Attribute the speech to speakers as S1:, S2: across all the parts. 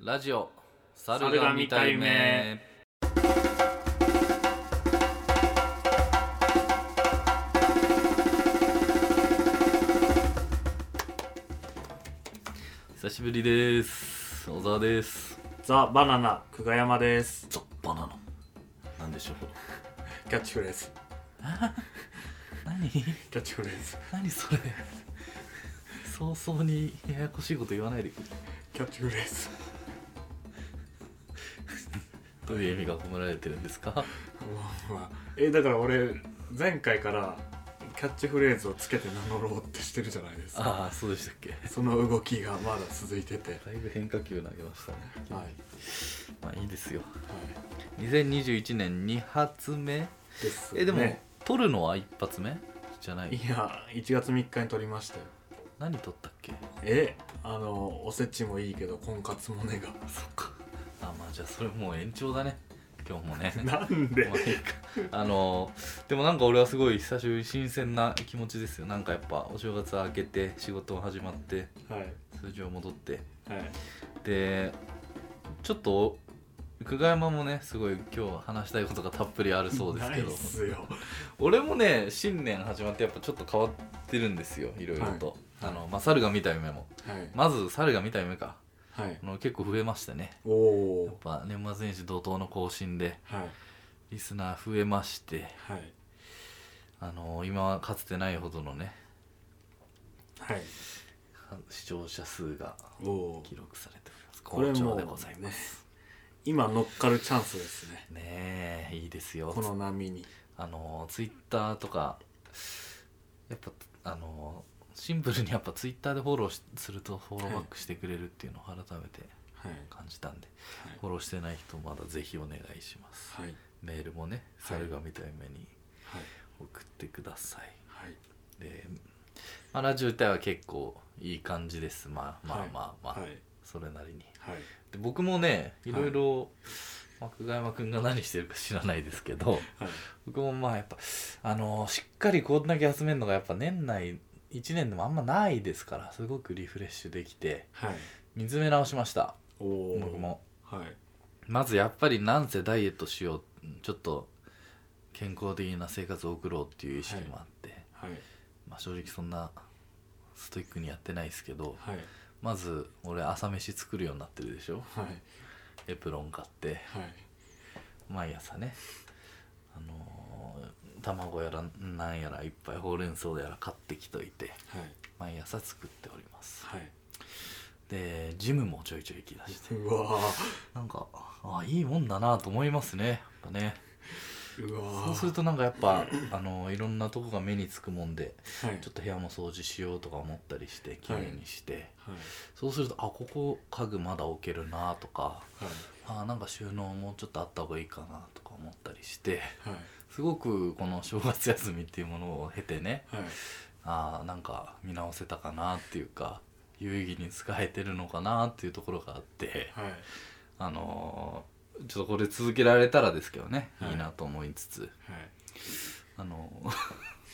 S1: ラジオ猿
S2: 猿
S1: が
S2: が
S1: 見
S2: 見
S1: た
S2: た
S1: い
S2: い
S1: 目
S2: 目
S1: 久しぶりです小沢です
S2: ザ・バナナ久我山です
S1: ザ・バナナなんでしょう
S2: キャッチフレーズ
S1: 何
S2: キャッチフレーズ
S1: 何それ早々にややこしいこと言わないでくれ
S2: キャッチフレーズ
S1: どういう意味が込められてるんですか
S2: うわうわえだから俺前回からキャッチフレーズをつけて名乗ろうってしてるじゃないですか
S1: ああそうでしたっけ
S2: その動きがまだ続いててはい
S1: だいぶ変化球投げましたね
S2: はい
S1: まあいいですよ2021年2発目
S2: ですね
S1: えでも、撮るのは一発目じゃない
S2: いや1月3日に撮りましたよ
S1: 何撮ったっけ
S2: えあのおせちもいいけど婚活もねが
S1: そっかあまあじゃあそれもう延長だね今日もね
S2: なんで
S1: まあいいかあのでもなんか俺はすごい久しぶり新鮮な気持ちですよなんかやっぱお正月明けて仕事も始まって
S2: はい
S1: 通常戻って
S2: はい
S1: でちょっと久我山もねすごい今日話したいことがたっぷりあるそうですけ
S2: ない
S1: ど
S2: っすよ
S1: 俺もね新年始まってやっぱちょっと変わってるんですよいろいろと、
S2: はい
S1: あのまあ猿が見た夢も
S2: はい
S1: まず猿が見た夢か
S2: はい
S1: あの結構増えましたね
S2: おお
S1: やっぱ年末年始怒涛の更新で
S2: はい
S1: リスナー増えまして
S2: はい
S1: あの今はかつてないほどのね
S2: はい
S1: 視聴者数が
S2: おお
S1: 記録されております
S2: これ
S1: 好調
S2: も
S1: でございます
S2: す、ね、今乗っかるチャンスですね
S1: ねえいいですよ
S2: この波に
S1: あのツイッターとかやっぱあのシンプルにやっぱツイッターでフォローしするとフォローバックしてくれるっていうのを改めて
S2: はい
S1: 感じたんで、フ
S2: は
S1: ォローしてない人まだぜひお願いします
S2: いはい
S1: メールもね
S2: はい
S1: 猿が見た夢に送ってください
S2: はい
S1: で、まあ、ラジオ自体は結構いい感じですまあまあまあまあ、
S2: はい
S1: それなりに
S2: はい
S1: で僕もねい
S2: はい
S1: ろいろ、まあ久我山君が何してるか知らないですけど
S2: はい
S1: 僕もまあやっぱあのしっかりこんだけ集めるのがやっぱ年内1年でもあんまないですからすごくリフレッシュできて
S2: はい
S1: 見つめ直しました
S2: おお
S1: 僕も
S2: はい
S1: まずやっぱりなんせダイエットしようちょっと健康的な生活を送ろうっていう意識もあって、
S2: はい
S1: まあ正直そんなストイックにやってないですけど
S2: はい
S1: まず俺朝飯作るようになってるでしょ
S2: はい
S1: エプロン買って
S2: はい
S1: 毎朝ねあのー卵やらなんやらいっぱいほうれん草やら買ってきといて
S2: はい
S1: 毎朝作っております
S2: はい
S1: でジムもちょいちょい行きだして
S2: うわ
S1: なんかあいいもんだなと思いますねやっぱね
S2: ーうわー
S1: そうするとなんかやっぱあのいろんなとこが目につくもんで
S2: はい
S1: ちょっと部屋も掃除しようとか思ったりしてきれいにして、
S2: はい
S1: そうするとあここ家具まだ置けるなとか
S2: はい
S1: あなんか収納もうちょっとあった方がいいかなとか思ったりして
S2: はい
S1: すごくこの正月休みっていうものを経てね
S2: はい
S1: あーなんか見直せたかなっていうか有意義に使えてるのかなっていうところがあって
S2: はい
S1: あのーちょっとこれ続けられたらですけどね、
S2: はい
S1: いいなと思いつつ
S2: はい
S1: あの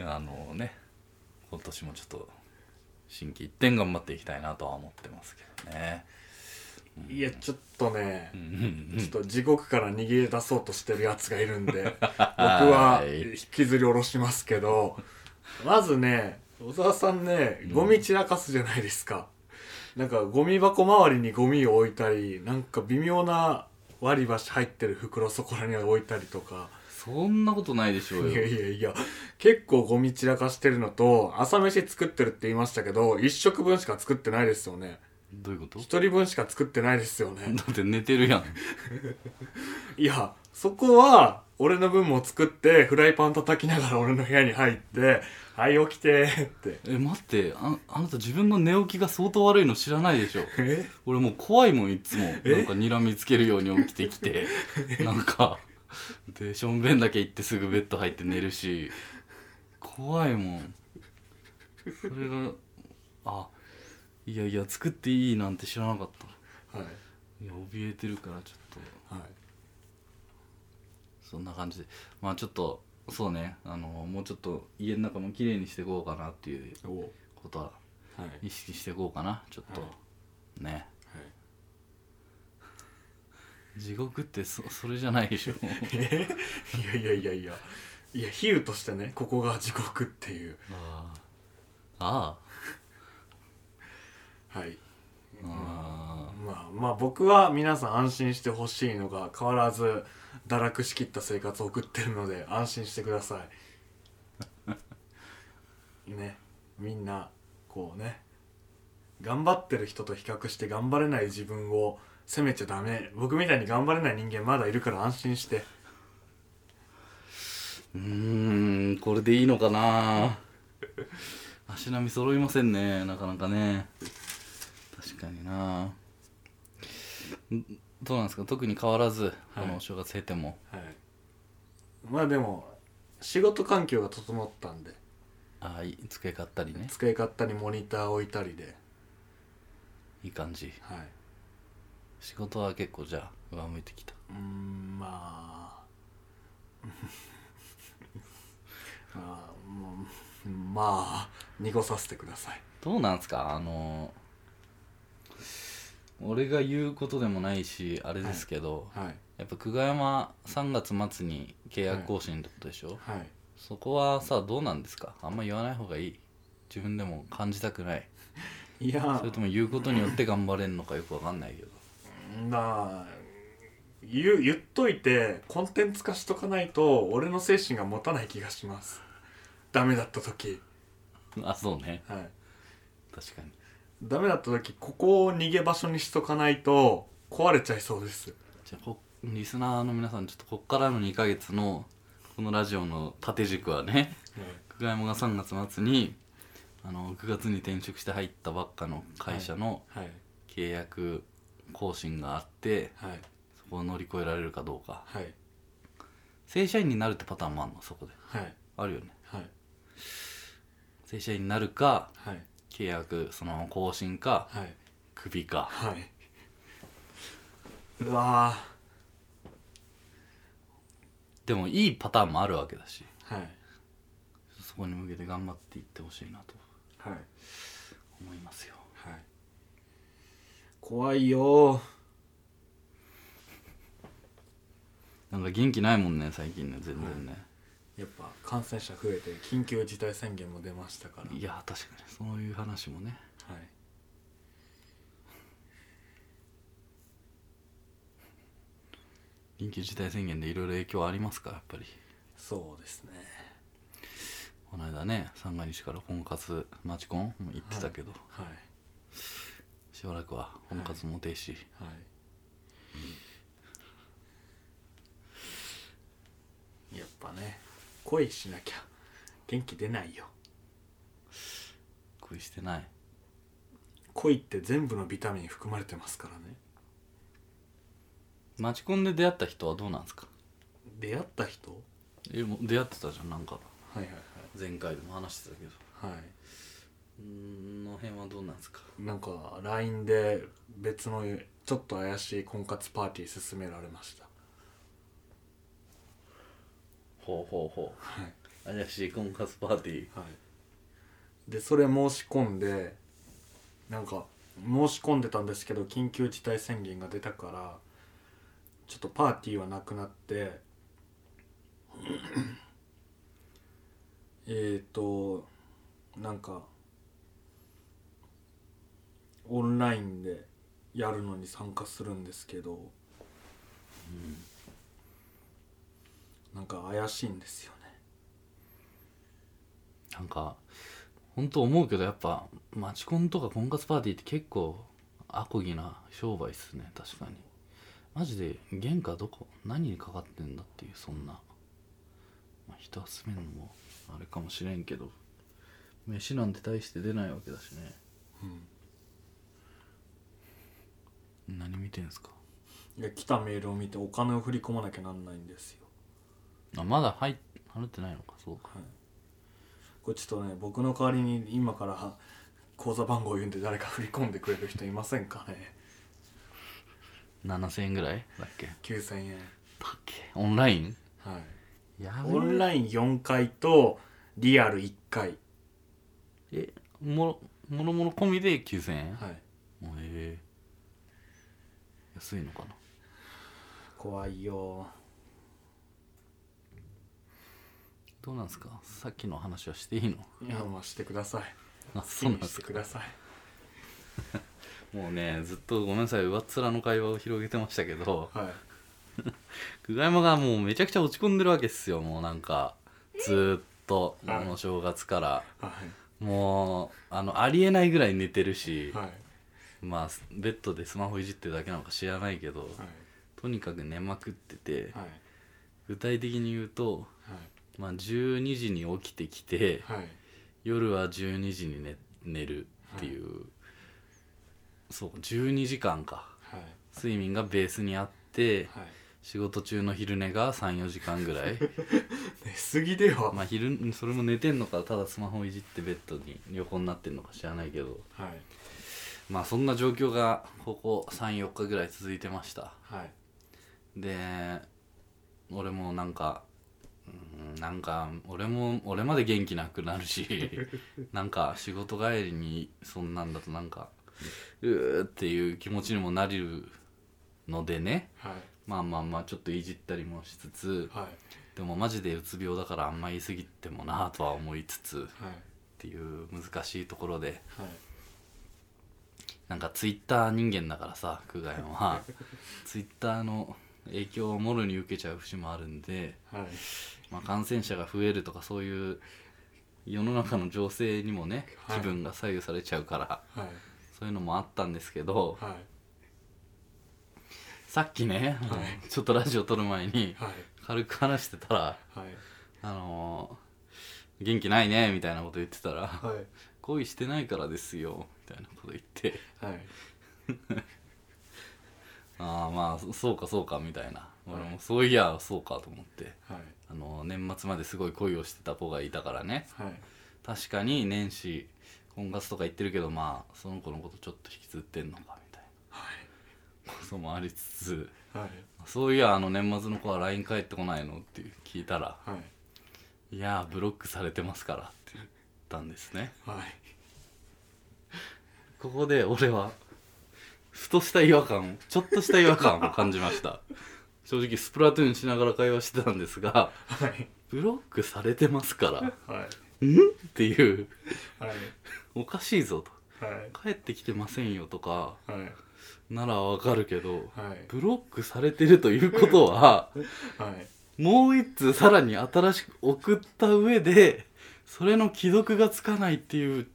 S1: あのね今年もちょっと心機一転頑張っていきたいなとは思ってますけどね
S2: いやちょっとね、
S1: うん
S2: ちょっと地獄から逃げ出そうとしてるやつがいる んで僕
S1: は
S2: はい引きずり下ろしますけどまずね小沢さんねゴミ散らかすじゃないですか、なんかゴミ箱周りにゴミを置いたりなんか微妙な割り箸入ってる袋そこらに置いたりとか
S1: そんなことないでしょう
S2: いや
S1: よ
S2: いやいや結構ゴミ散らかしてるのと朝飯作ってるって言いましたけど1食分しか作ってないですよね
S1: どういうこと
S2: 1人分しか作ってないですよね
S1: だって寝てるやん
S2: いや、そこは、俺の分も作って、フライパン叩きながら俺の部屋に入って、はい、起きて、って。
S1: え待ってああなた自分の寝起きが相当悪いの知らないでしょ
S2: え
S1: 俺もう怖いもんいつも
S2: え
S1: なんか睨みつけるように起きてきてなんかでしょんべんだけ行ってすぐベッド入って寝るし怖いもんそれがあいやいや作っていいなんて知らなかった
S2: はい。
S1: いや怯えてるからちょっと
S2: はい。
S1: そんな感じでまあちょっとそうねあのもうちょっと家の中も綺麗にしていこうかなっていう
S2: おはい。
S1: ことは
S2: はい。
S1: 意識していこうかなちょっと、
S2: は
S1: ね地獄ってそそれじゃないでしょ
S2: え いやいやいやいやいや比喩としてねここが地獄っていう
S1: あああ
S2: はい
S1: ああ
S2: まあまあ僕は皆さん安心してほしいのが変わらず堕落しきった生活を送ってるので安心してくださいねみんなこうね頑張ってる人と比較して頑張れない自分を責めちゃダメ僕みたいに頑張れない人間まだいるから安心して
S1: うーんこれでいいのかな足並み揃いませんねなかなかね確かになんどうなんですか特に変わらず、
S2: はい
S1: このお正月経ても
S2: はいまあでも仕事環境が整ったんで
S1: ああいい机買ったりね
S2: 机買ったりモニター置いたりで
S1: いい感じ
S2: はい
S1: 仕事は結構じゃあ上向いてきた
S2: うーんまああーもうまあ濁させてください
S1: どうなんですかあの俺が言うことでもないしあれですけど、
S2: はい
S1: やっぱ久我山3月末に契約更新ってことでしょ、
S2: はい
S1: そこはさどうなんですかあんま言わない方がいい自分でも感じたくない
S2: いや
S1: それとも言うことによって頑張れんのかよくわかんないけど
S2: まあ言う言っといてコンテンツ化しとかないと俺の精神が持たない気がしますダメだった時
S1: あそうね
S2: はい
S1: 確かに
S2: ダメだった時ここを逃げ場所にしとかないと壊れちゃいそうです
S1: じゃあこリスナーの皆さんちょっとこっからの2ヶ月のこのラジオの縦軸はね久我山が3月末にあの9月に転職して入ったばっかの会社の
S2: はい
S1: 契約更新があって
S2: はい
S1: そこを乗り越えられるかどうか
S2: はい
S1: 正社員になるってパターンもあるのそこで
S2: はい
S1: あるよね
S2: はい
S1: 正社員になるか
S2: はい
S1: 契約その更新か
S2: はい
S1: クビか
S2: はい。うわ
S1: でもいいパターンもあるわけだし
S2: ーはい。
S1: そこに向けて頑張っていってほしいなと
S2: はい。はい。
S1: 思いますよ
S2: 怖いよー
S1: なんか元気ないもんね最近ね全然ね、
S2: やっぱ感染者増えて緊急事態宣言も出ましたから。
S1: い、や確かにそういう話もね
S2: はい。
S1: 緊急事態宣言でいろいろ影響ありますからやっぱり
S2: そうですね。
S1: この間ね三が日から婚活マチコンも行ってたけど、
S2: はい。
S1: しばらくは婚活も停止、
S2: はい。やっぱね、恋しなきゃ元気出ないよ。
S1: 恋してない
S2: 恋って全部のビタミン含まれてますからね。
S1: マチコンで出会った人はどうなんですか
S2: 出会った人は
S1: えもう出会ってたじゃんなんか
S2: いはい
S1: 前回でも話してたけど
S2: はい。はい。
S1: うーんの辺はどうなんですか
S2: なんか LINE で別のちょっと怪しい婚活パーティー勧められました
S1: ほうほうほ
S2: はいう
S1: 怪しい婚活パーティー
S2: はいでそれ申し込んでなんか申し込んでたんですけど緊急事態宣言が出たからちょっとパーティーはなくなってえっとなんかオンラインでやるのに参加するんですけど、なんか怪しいんですよね
S1: なんか本当思うけどやっぱマチコンとか婚活パーティーって結構アコギな商売っすね確かにマジで原価どこ何にかかってんだっていうそんな、まあ、人集めるのもあれかもしれんけど飯なんて大して出ないわけだしね
S2: うん
S1: 何見てんすか
S2: いや来たメールを見てお金を振り込まなきゃなんないんですよ、
S1: あまだ入っ払ってないのかそうか
S2: はい、これちょっとね僕の代わりに今からは口座番号を言うんで誰か振り込んでくれる人いませんかね
S1: 7000円ぐらいだっけ
S2: 9000円
S1: だっけオンライン
S2: はい
S1: やべえ
S2: オンライン4回とリアル1回
S1: えもろもろもろ込みで9000円
S2: はい
S1: もうええ安いのかな
S2: 怖いよ
S1: どうなんですかさっきの話はしていいの
S2: いやまあしてください
S1: あ
S2: 好
S1: そ
S2: き
S1: うなん
S2: に
S1: で
S2: し
S1: す
S2: て
S1: か
S2: ください
S1: もうねずっとごめんなさい上っ面の会話を広げてましたけど
S2: はい
S1: 久我山がもうめちゃくちゃ落ち込んでるわけっすよもうなんかずーっとこ
S2: はい
S1: の正月から
S2: は
S1: もうあのありえないぐらい寝てるし
S2: いはい
S1: まあベッドでスマホいじってるだけなのか知らないけど
S2: はい
S1: とにかく寝まくってて
S2: はい
S1: 具体的に言うとまあ12時に起きてきて
S2: はいはい
S1: 夜は12時に寝寝るっていうそう12時間か
S2: はい
S1: 睡眠がベースにあって
S2: はい
S1: 仕事中の昼寝が34時間ぐらい
S2: 寝すぎでは
S1: まあ昼それも寝てんのかただスマホいじってベッドに横になってんのか知らないけど
S2: はい
S1: まあそんな状況がここ34日ぐらい続いてました
S2: はい
S1: で俺もなんかうんなんか俺も俺まで元気なくなるしなんか仕事帰りにそんなんだとなんかうーっていう気持ちにもなるのでね
S2: はい
S1: まあまあまあちょっといじったりもしつつ
S2: はい
S1: でもマジでうつ病だからあんま言い過ぎてもなぁとは思いつつっ
S2: はい
S1: ていう難しいところで
S2: はい
S1: なんかツイッター人間だからさ久我山はツイッターの影響をもろに受けちゃう節もあるんで、
S2: はい
S1: まあ、感染者が増えるとかそういう世の中の情勢にもね
S2: はい
S1: 気分が左右されちゃうから、
S2: はい
S1: そういうのもあったんですけど
S2: はい
S1: さっきね、
S2: はい
S1: あ のちょっとラジオ撮る前に
S2: はい
S1: 軽く話してたら
S2: はい
S1: 「あのー元気ないね」みたいなこと言ってたら
S2: はい
S1: 「恋してないからですよ」みたいなこと言って
S2: はい
S1: 「ああまあそそうかそうか」みたいな俺もそういやそうかと思って。
S2: はい
S1: あの年末まですごい恋をしてた子がいたからね
S2: はい
S1: 確かに年始婚活とか言ってるけどまあその子のことちょっと引きずってんのかみたいなこともありつつ
S2: はい
S1: そういやあの年末の子は LINE 返ってこないのって聞いたら
S2: は
S1: 「
S2: い
S1: いやブロックされてますから」って言ったんですね
S2: はい
S1: ここで俺はふとした違和感をちょっとした違和感を感じました正直スプラトゥーンしながら会話してたんですが
S2: はい
S1: ブロックされてますから
S2: はい
S1: んっていう
S2: はい
S1: おかしいぞと
S2: はい
S1: 帰ってきてませんよとか
S2: はい
S1: ならわかるけど
S2: はい
S1: ブロックされてるということは
S2: はい
S1: もう一通さらに新しく送った上でそれの既読がつかないっていう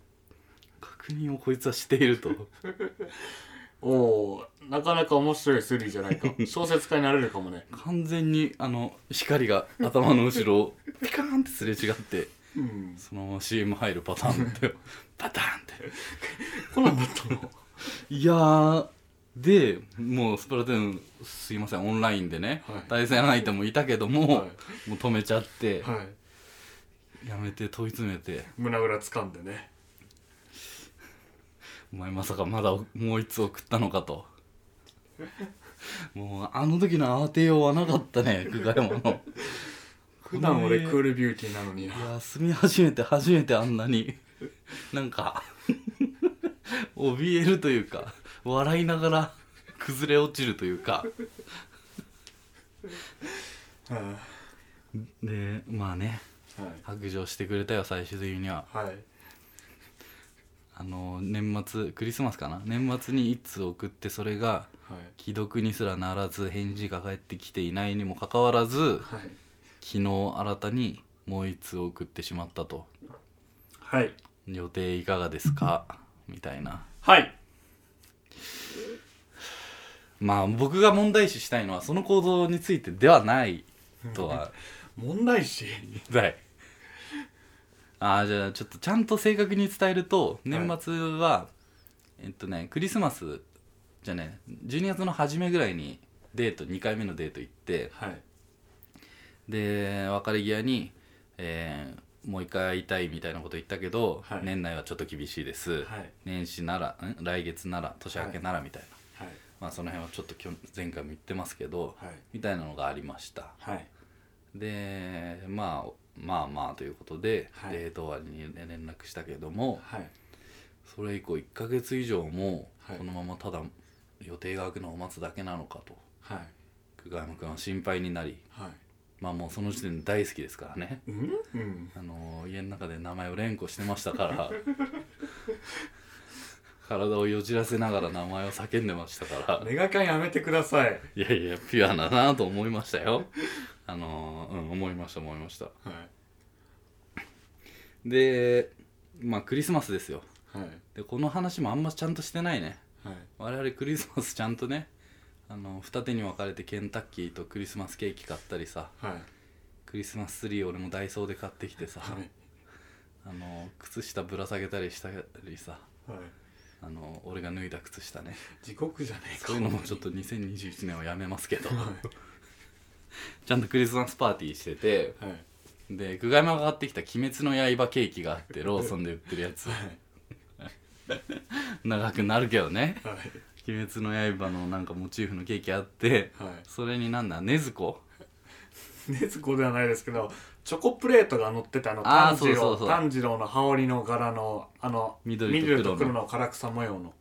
S1: 確認をこいつはしていると
S2: おおなかなか面白い推理じゃない か小説家になれるかもね
S1: 完全にあの光が頭の後ろをピカーンってすれ違って
S2: うん
S1: そのまま CM 入るパターンだ ったよパターンって
S2: こんなんだったの
S1: いやーでもうスプラトゥーンすいませんオンラインでね、
S2: はい
S1: 対戦相手もいたけども、
S2: は
S1: もう止めちゃって、
S2: いはい
S1: やめて問い詰めて
S2: 胸ぐら掴んでね
S1: 「お前まさかまだもう一つ送ったのか」と もうあの時の慌てようはなかった ね久我山の
S2: 普段俺
S1: この
S2: クールビューティーなのにな
S1: 休み始めて初めてあんなになんか怯えるというか笑いながら崩れ落ちるというか
S2: は
S1: でまあね
S2: い
S1: 白状してくれたよ最終的には
S2: はいはい
S1: あの年末クリスマスかな年末に一通送ってそれが
S2: はい
S1: 既読にすらならず返事が返ってきていないにもかかわらず
S2: はい
S1: 昨日新たにもう一通送ってしまったと
S2: はい
S1: 予定いかがですかみたいな
S2: はい
S1: まあ僕が問題視したいのはその行動についてではないと は
S2: 問題視
S1: 言いああじゃあちょっとちゃんと正確に伝えると年末は、えっとねクリスマスじゃね12月の初めぐらいにデート2回目のデート行って
S2: はい
S1: で別れ際に、えーもう一回会いたいみたいなこと言ったけど、
S2: はい
S1: 年内はちょっと厳しいです、
S2: はい
S1: 年始ならん来月なら年明けならみたいな、
S2: はい
S1: まあその辺はちょっときょ前回も言ってますけど、
S2: はい
S1: みたいなのがありました
S2: はい
S1: で、まあ、まあまあということで、
S2: はい
S1: デート終わりに連絡したけども
S2: はい
S1: それ以降1ヶ月以上も
S2: はい
S1: このままただ予定が空くのを待つだけなのかと
S2: はい
S1: 久我山君は心配になり
S2: は
S1: まあもうその時点で大好きですからね
S2: いうんうん
S1: あの家の中で名前を連呼してましたから 体をよじらせながら名前を叫んでましたから
S2: ネガキャンやめてください
S1: いやいやピュアだなと思いましたよあのうん思いました思いました
S2: は
S1: でまあクリスマスですよ
S2: いはい
S1: でこの話もあんまちゃんとしてないね
S2: はい
S1: 我々クリスマスちゃんとねあの二手に分かれてケンタッキーとクリスマスケーキ買ったりさ
S2: はい
S1: クリスマスツリー俺もダイソーで買ってきてさ、
S2: はい
S1: あの靴下ぶら下げたりしたりさ
S2: はい
S1: あの俺が脱いだ靴下 ね
S2: 地獄じゃねえか
S1: そういうのもちょっと2021年はやめます けど
S2: は
S1: ちゃんとクリスマスパーティーしてて
S2: いはい
S1: で久我山が買ってきた「鬼滅の刃」ケーキがあ ってローソンで売ってるやつ
S2: は
S1: 長くなるけどね
S2: いはい
S1: 「鬼滅の刃」のなんかモチーフのケーキあって
S2: はい
S1: それになんだ禰豆子
S2: ねずこではないですけどチョコプレートが乗ってたあの
S1: あー
S2: 炭治
S1: そうそう
S2: 郎
S1: そう
S2: 炭治郎の羽織の柄のあの
S1: 緑と黒の
S2: と黒の唐草模様の、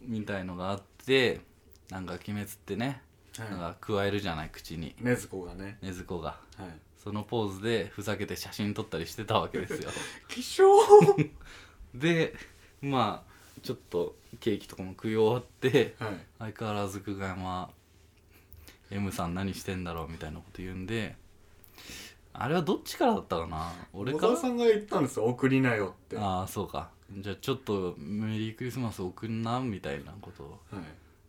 S1: みたいのがあってなんか「鬼滅」ってねなん
S2: は
S1: か加えるじゃない口に
S2: い、ねずこがね、
S1: 禰豆子が
S2: はい、
S1: そのポーズでふざけて写真撮ったりしてたわけ ですよ
S2: 希少
S1: でまあちょっとケーキとかも食い終わって
S2: はい
S1: 相変わらず久我山 M さん何してんだろうみたいなこと言うんであれはどっちからだったかな俺
S2: 小
S1: から
S2: 沢さんが言ったんですよ送りなよっては
S1: ああそうかじゃあちょっとメリークリスマス送んなみたいなことを
S2: い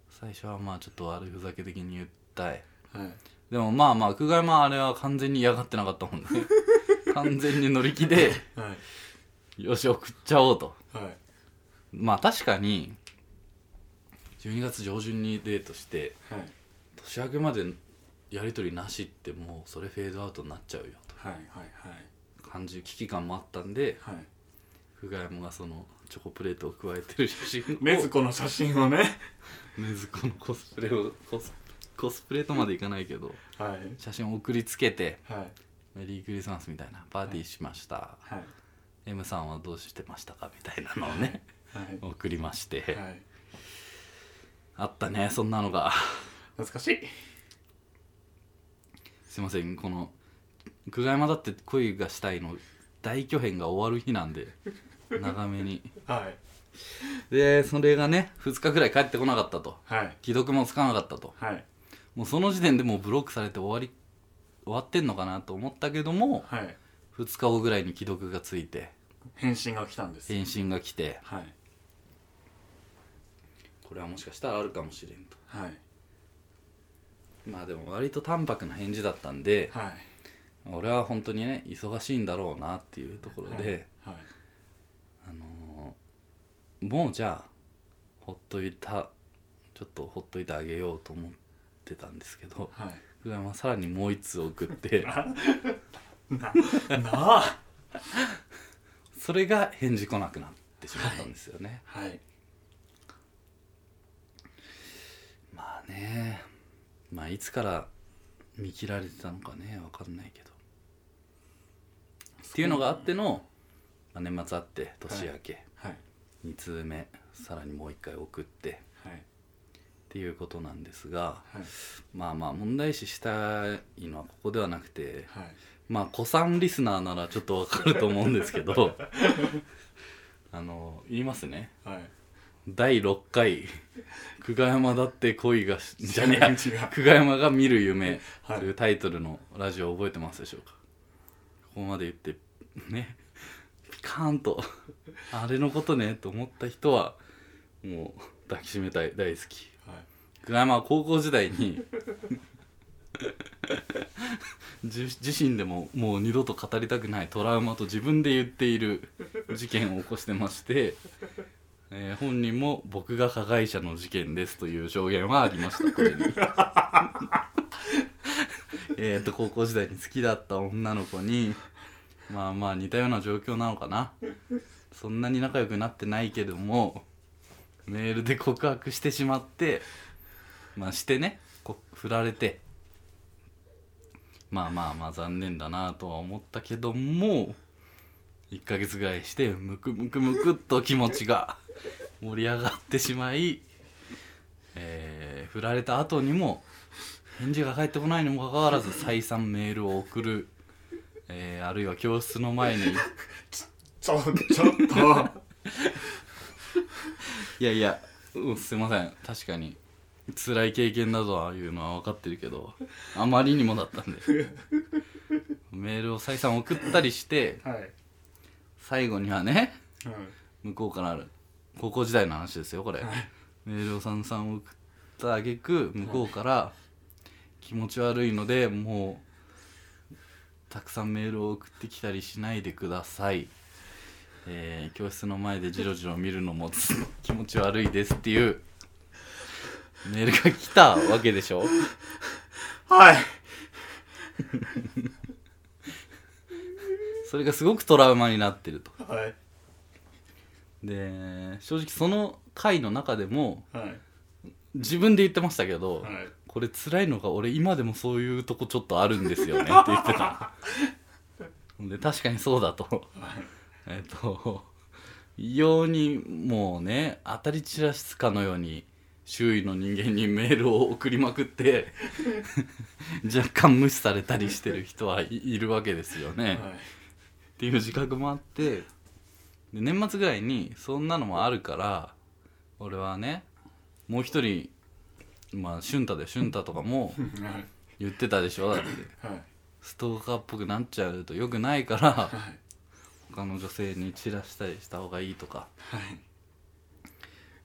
S1: 最初はまあちょっと悪ふざけ的に言ったい
S2: はい
S1: でもまあまあ久我山あれは完全に嫌がってなかった もんね完全に乗り気で
S2: はい
S1: よし送っちゃおうと
S2: はい
S1: まあ確かに12月上旬にデートして
S2: はい
S1: 年明けまでやり取りなしってもうそれフェードアウトになっちゃうよ
S2: はいはい
S1: と感じ危機感もあったんで
S2: はいはい
S1: 久我山がそのチョコプレートを加えてる写真を
S2: ねずこの写真をね
S1: 禰豆子のコスプレをコスコスプレとまでいかないけど
S2: はい
S1: 写真を送りつけて
S2: はい
S1: メリークリスマスみたいなパーティーしました、
S2: はい
S1: M さんはどうしてましたかみたいなのをね
S2: はい
S1: 送りまして、
S2: はい
S1: あったねそんなのが
S2: 懐かしい
S1: すいませんこの久我山だって恋がしたいの大巨編が終わる日なんで長めに
S2: はい
S1: でそれがね2日くらい帰ってこなかったと
S2: はい
S1: 既読もつかなかったと
S2: はい
S1: もうその時点でもうブロックされて終わり終わってんのかなと思ったけども
S2: はい
S1: 2日後ぐらいに既読がついて
S2: 返信が来たんです
S1: 返信が来て
S2: はい
S1: これはもしかしたらあるかもしれんと
S2: はい
S1: まあでも割と淡白な返事だったんで
S2: はい
S1: 俺は本当にね忙しいんだろうなっていうところで、
S2: はい
S1: あのーもうじゃあほっといたちょっとほっといてあげようと思ってたんですけど
S2: はい
S1: 福山さらにもう一通送って
S2: なあ
S1: それが返事来なくなってしまったんですよね、
S2: はい
S1: まあねまあいつから見切られてたのかねわかんないけどっていうのがあっての、まあ、年末あって年明け、
S2: はい
S1: 2通目さらにもう一回送って
S2: はい
S1: っていうことなんですが
S2: はい
S1: まあまあ問題視したいのはここではなくて
S2: はい
S1: まあ古参リスナーならちょっとわかると思うんですけ どあの言いますね
S2: はい
S1: 第6回「久我山だって恋がし」じゃねえや
S2: 違う
S1: 久我山が見る夢」
S2: はい
S1: というタイトルのラジオ覚えてますでしょうか、ここまで言ってねピカーン とあれのことねと思った人はもう抱きしめたい大好き
S2: はい
S1: 久我山は高校時代に自自身でももう二度と語りたくないトラウマと自分で言っている事件を起こしてまして、えー本人も僕が加害者の事件ですという証言はありましたこれに えーと高校時代に好きだった女の子にまあまあ似たような状況なのかなそんなに仲良くなってないけどもメールで告白してしまってまあしてねこ振られてまあまあまあ残念だなとは思ったけども1ヶ月ぐらいしてムクムクムクっと気持ちが盛り上がってしまい、えー振られた後にも返事が返ってこないにもかかわらず再三メールを送る、えーあるいは教室の前に
S2: ちょちょっと
S1: いやいや、うん、すいません確かに辛い経験だとはいうのは分かってるけどあまりにもだったんでメールを再三送ったりして
S2: はい、
S1: 最後にはね
S2: うん、
S1: 向こうからある高校時代の話ですよこれ、
S2: はい
S1: メールを散々送った挙句向こうから気持ち悪いのでもうたくさんメールを送ってきたりしないでください、えー教室の前でジロジロ見るのも 気持ち悪いですっていうメールが来たわけでしょ
S2: はい
S1: それがすごくトラウマになってると
S2: はい
S1: で正直その回の中でも
S2: はい
S1: 自分で言ってましたけど、
S2: はい
S1: これ辛いのが俺今でもそういうとこちょっとあるんですよねって言ってたで確かにそうだとえっと異様にもうね当たり散らすかのように周囲の人間にメールを送りまくって若干無視されたりしてる人はいいるわけですよね、
S2: はい
S1: っていう自覚もあってで年末ぐらいにそんなのもあるから俺はねもう一人まあ俊太で俊太とかも
S2: はい
S1: 言ってたでしょだって
S2: はい
S1: ストーカーっぽくなっちゃうと良くないから
S2: はい
S1: 他の女性に散らしたりした方がいいとか
S2: はい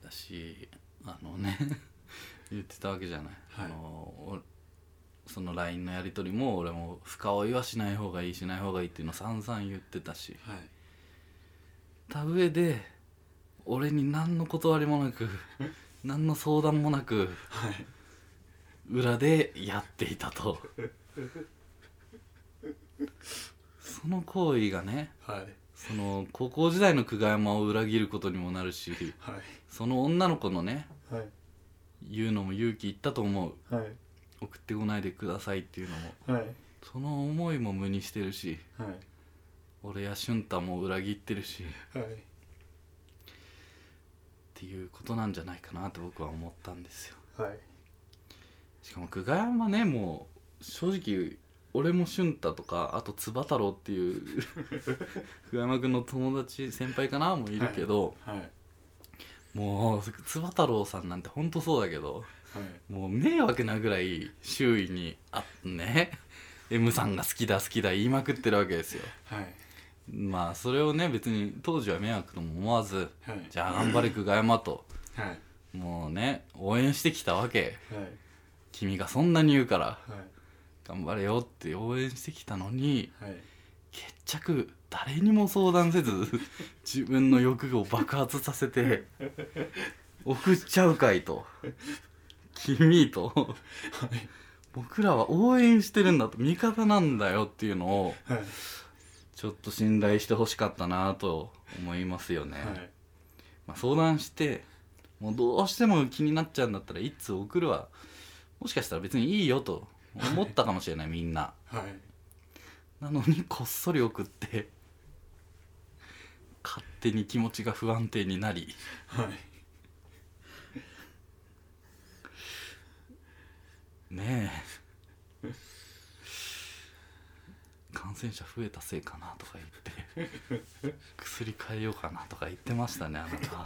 S1: だしあのね 言ってたわけじゃない、
S2: はい
S1: あのおその LINE のやり取りも俺も深追いはしない方がいいしない方がいいっていうのを散々言ってたし
S2: はい
S1: た上で俺に何の断りもな く何の相談もなく
S2: はい
S1: 裏でやっていた とその行為がね
S2: はい
S1: その高校時代の久我山を裏切ることにもなるし
S2: はい
S1: その女の子のね
S2: はい
S1: 言うのも勇気いったと思う
S2: はい
S1: 送ってこないでくださいっていうのも
S2: はい
S1: その思いも無にしてるし
S2: はい
S1: 俺や俊太も裏切ってるしっ
S2: はい
S1: ていうことなんじゃないかなと僕は思ったんですよ
S2: はい
S1: しかも久我山ねもう正直俺も俊太とかあとつば太郎っていう久我山君の友達先輩かなもいるけど、
S2: はいはい
S1: もうつば太郎さんなんてほんとそうだけどもう迷惑なぐらい周囲にあね M さんが好きだ好きだ言いまくってるわけですよ
S2: はい
S1: まあそれをね別に当時は迷惑とも思わず
S2: はい
S1: じゃあ頑張れ久我山と
S2: はい
S1: もうね応援してきたわけ
S2: はい
S1: 君がそんなに言うから
S2: はい
S1: 頑張れよって応援してきたのに
S2: はい
S1: 決着誰にも相談せず 自分の欲を爆発させて 送っちゃうかいと君と僕らは応援してるんだと味方なんだよっていうのを
S2: はい
S1: ちょっと信頼してほしかったなと思いますよね、
S2: はい
S1: まあ、相談してもうどうしても気になっちゃうんだったら一通送るはもしかしたら別にいいよと思ったかもしれないみんな
S2: はい
S1: なのにこっそり送って勝手に気持ちが不安定になり
S2: はい
S1: ねえ感染者増えたせいかなとか言って薬変えようかなとか言ってましたねあなた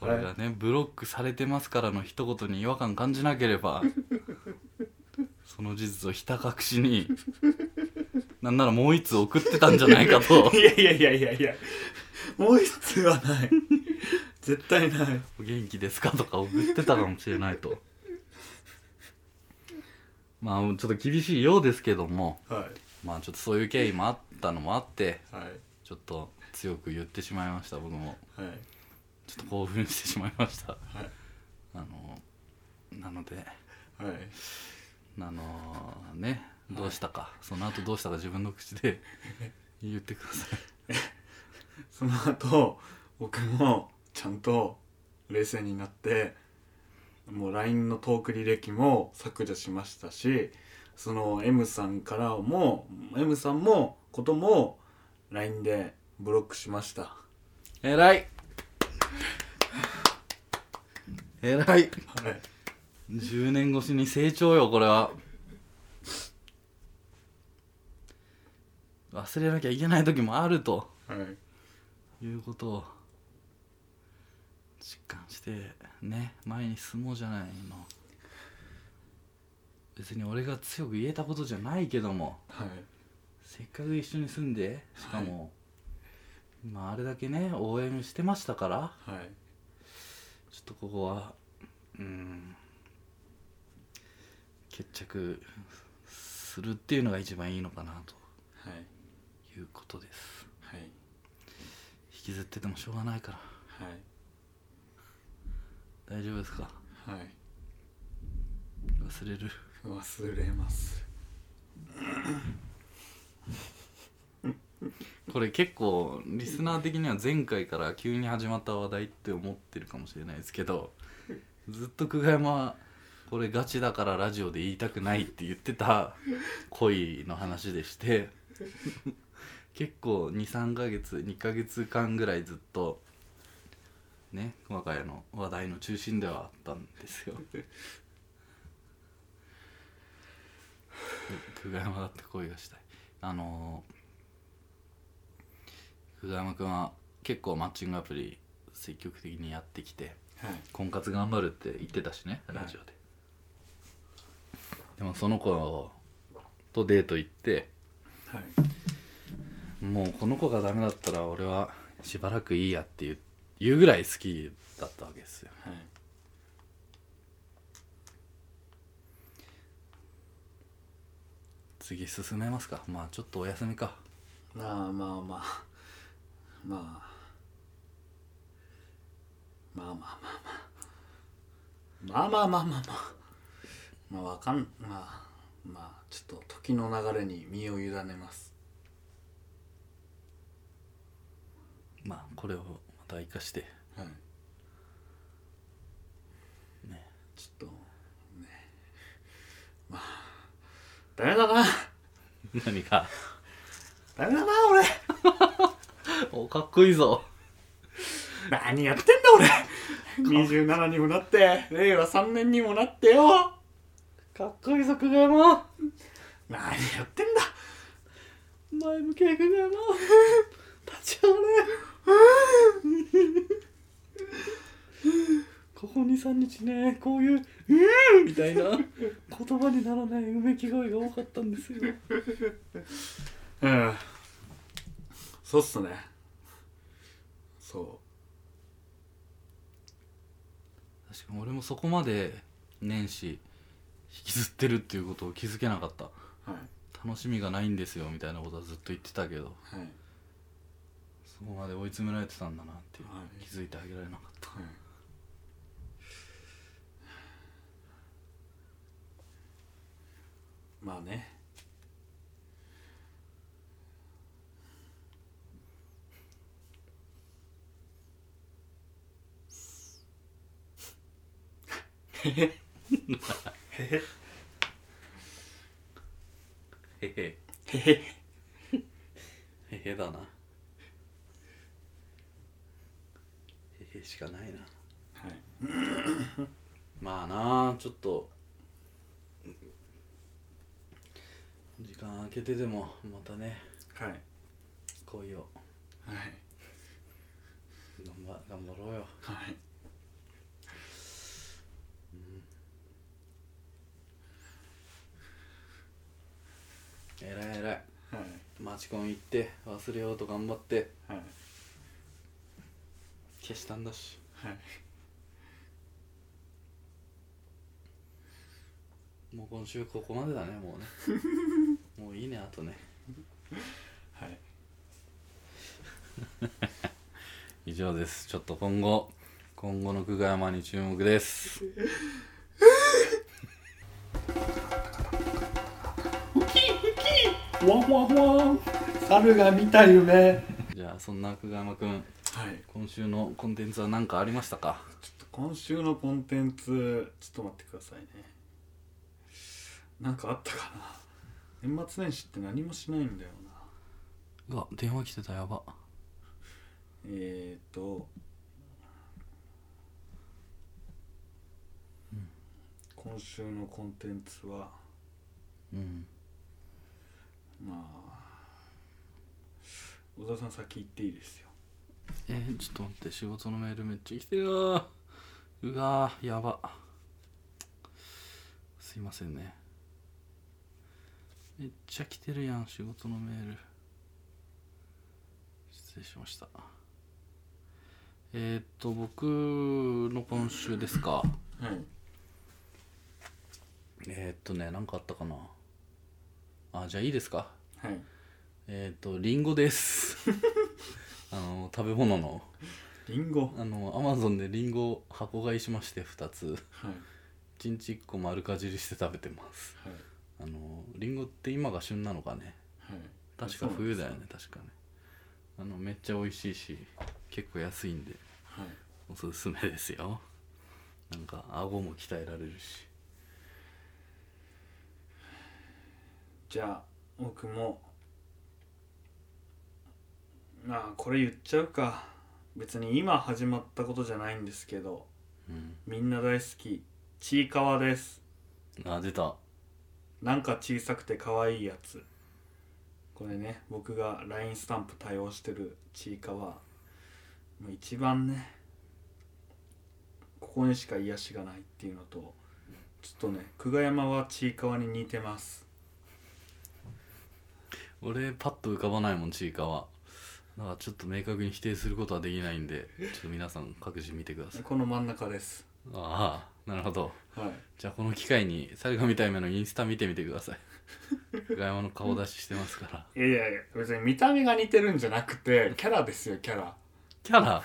S1: 俺がねブロックされてますからの一言に違和感感じなければその事実をひた隠しになんならもう一通送ってたんじゃないかと
S2: いやいやいやいやいやもう一通はない絶対ない
S1: 「お元気ですか?」とか送ってたかもしれないと まあちょっと厳しいようですけども
S2: は
S1: まあちょっとそういう経緯もあったのもあって
S2: いはい
S1: ちょっと強く言ってしまいました僕も
S2: はい
S1: ちょっと興奮してしまいました
S2: はい
S1: あのなので
S2: はい
S1: あのねどうしたか、その後どうしたか自分の口 で言ってください
S2: その後僕もちゃんと冷静になってもう LINE のトーク履歴も削除しましたしその M さんからも M さんもことも LINE でブロックしました
S1: えらいえらい
S2: はい
S1: 10年越しに成長よこれは忘れなきゃいけない時もあると
S2: はい
S1: いうことを実感してね前に進もうじゃないの別に俺が強く言えたことじゃないけども
S2: はい
S1: せっかく一緒に住んでしかも、まああれだけね応援してましたから
S2: はい
S1: ちょっとここはうん決着するっていうのが一番いいのかなと
S2: はい
S1: いうことです
S2: はい
S1: 引きずっててもしょうがないから
S2: はい
S1: 大丈夫ですか
S2: はい
S1: 忘れる
S2: 忘れます
S1: これ結構リスナー的には前回から急に始まった話題って思ってるかもしれないですけどずっと久我山はこれガチだからラジオで言いたくないって言ってた恋の話でして結構23ヶ月2ヶ月間ぐらいずっとね我が家の話題の中心ではあったんですよ く久我山だって恋がしたいあのー久我山君は結構マッチングアプリ積極的にやってきて
S2: はい
S1: 婚活頑張るって言ってたしね
S2: はい
S1: ラジオで、でもその子とデート行って
S2: はい
S1: もうこの子がダメだったら俺はしばらくいいやっていう言うぐらい好きだったわけですよ
S2: はい
S1: 次進めますかまあちょっとお休みか
S2: まあまあまあまあまあまあまあまあまあまあまあまあまあまあわかんまあまあちょっと時の流れに身を委ねます
S1: まあこれをまた生かして
S2: はい
S1: ね
S2: ちょっとねまあダメだな
S1: 何か
S2: ダメだな俺
S1: おかっこいいぞ
S2: 何やってんだ俺27にもなって令和3年にもなってよ
S1: かっこいいぞ久我山
S2: 何やってんだ
S1: 前向け久我山立ち上がれここ23日ねこういう「うん」みたいな言葉にならないうめき声が多かったんですよ
S2: うんそうっすねそ
S1: 確かに俺もそこまで年始引きずってるっていうことを気づけなかった
S2: うは
S1: 楽しみがないんですよみたいなことはずっと言ってたけど
S2: いはい
S1: そこまで追い詰められてたんだなっていう
S2: はい
S1: 気づいてあげられなかった
S2: はいまあね
S1: へへ
S2: へへ
S1: へへだなへへしかないな
S2: はい
S1: まあなあちょっと時間空けてでもまたね
S2: はい
S1: 恋を
S2: はい
S1: 頑張頑張ろうよ
S2: はい
S1: えらいえらい
S2: はい
S1: マチコン行って忘れようと頑張って
S2: はい
S1: 消したんだし
S2: はい
S1: もう今週ここまでだね もうねもういいねあとね
S2: はい
S1: 以上ですちょっと今後今後の久我山に注目です
S2: ワンワンワン猿が見た夢
S1: じゃあそんな久我山くん
S2: はい
S1: 今週のコンテンツは何かありましたか
S2: ちょっと今週のコンテンツちょっと待ってくださいねなんかあったかな年末年始って何もしないんだよな
S1: うわ電話来てたやば
S2: えーと、今週のコンテンツは
S1: うん
S2: まあ小沢さん先行っていいですよ
S1: えー、ちょっと待って仕事のメールめっちゃ来てるわーうわーやばすいませんねめっちゃ来てるやん仕事のメール失礼しましたえー、っと僕の今週ですか
S2: はい
S1: えー、っとね何かあったかなあじゃあいいですか
S2: はい
S1: えー、っとリンゴです あの食べ物の
S2: リンゴ
S1: あのアマゾンでリンゴを箱買いしまして2つ
S2: はい
S1: 1日1個丸かじりして食べてます
S2: はい
S1: あのリンゴって今が旬なのかね
S2: はい
S1: 確か冬だよね確かねあのめっちゃ美味しいし結構安いんで
S2: はい
S1: おすすめですよなんか顎も鍛えられるし
S2: じゃあ僕もまあこれ言っちゃうか別に今始まったことじゃないんですけど
S1: うん
S2: みんな大好きちいかわです
S1: あ出た
S2: なんか小さくて可愛いやつこれね僕が LINE スタンプ対応してるちいかわもう一番ねここにしか癒しがないっていうのとちょっとね久我山はちいかわに似てます
S1: 俺パッと浮かばないもんちいかわだからちょっと明確に否定することはできないんでちょっと皆さん各自見てください
S2: この真ん中です
S1: ああなるほど
S2: はい
S1: じゃあこの機会に猿が見たい目のインスタ見てみてください久我山の顔出ししてますから
S2: いやいやいや別に見た目が似てるんじゃなくてキャラですよキャラ
S1: キャラ
S2: はい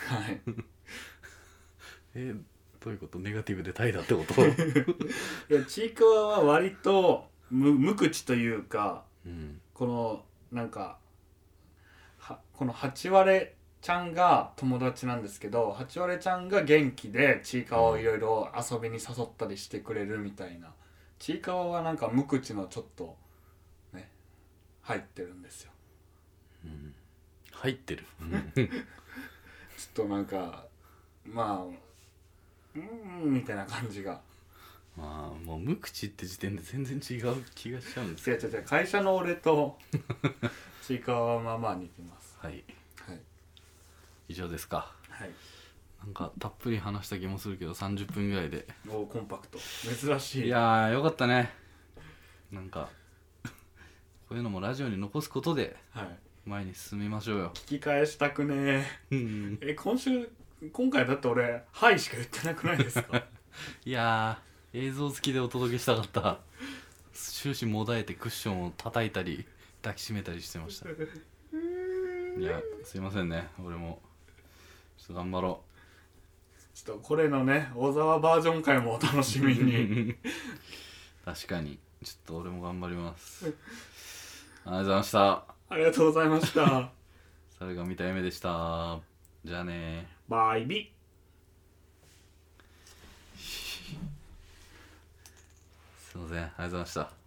S1: えどういうことネガティブで怠惰ってこと
S2: いやちいかわは割と無無口というか
S1: うん
S2: このなんかはこの八割ちゃんが友達なんですけど八割ちゃんが元気でちいかわをいろいろ遊びに誘ったりしてくれるみたいなちいかわはなんか無口のちょっとね入ってるんですよ
S1: 入ってる、
S2: ちょっとなんかまあうーんみたいな感じが
S1: まあもう無口って時点で全然違う気がしちゃうんです
S2: 違う違う違う会社の俺 とちいかわはまあまあ似てます
S1: はい
S2: はい
S1: 以上ですか
S2: はい
S1: なんかたっぷり話した気もするけど30分ぐらいで
S2: おーコンパクト珍しい
S1: いやーよかったねなんかこういうのもラジオに残すことで
S2: はい
S1: 前に進みましょうよ
S2: 聞き返したくね
S1: うん
S2: ええ今週今回だって俺「はい」しか言ってなくないです か
S1: いやー映像付きでお届けしたかった終始もだえてクッションを叩いたり抱きしめたりしてましたいやすいませんね俺もちょっと頑張ろ
S2: ちょっとこれのね小沢バージョン回もお楽しみ に
S1: う確かにちょっと俺も頑張りますありがとうございました
S2: ありがとうございました
S1: 猿が見た夢でしたじゃあね
S2: バイビー
S1: すいませんありがとうございました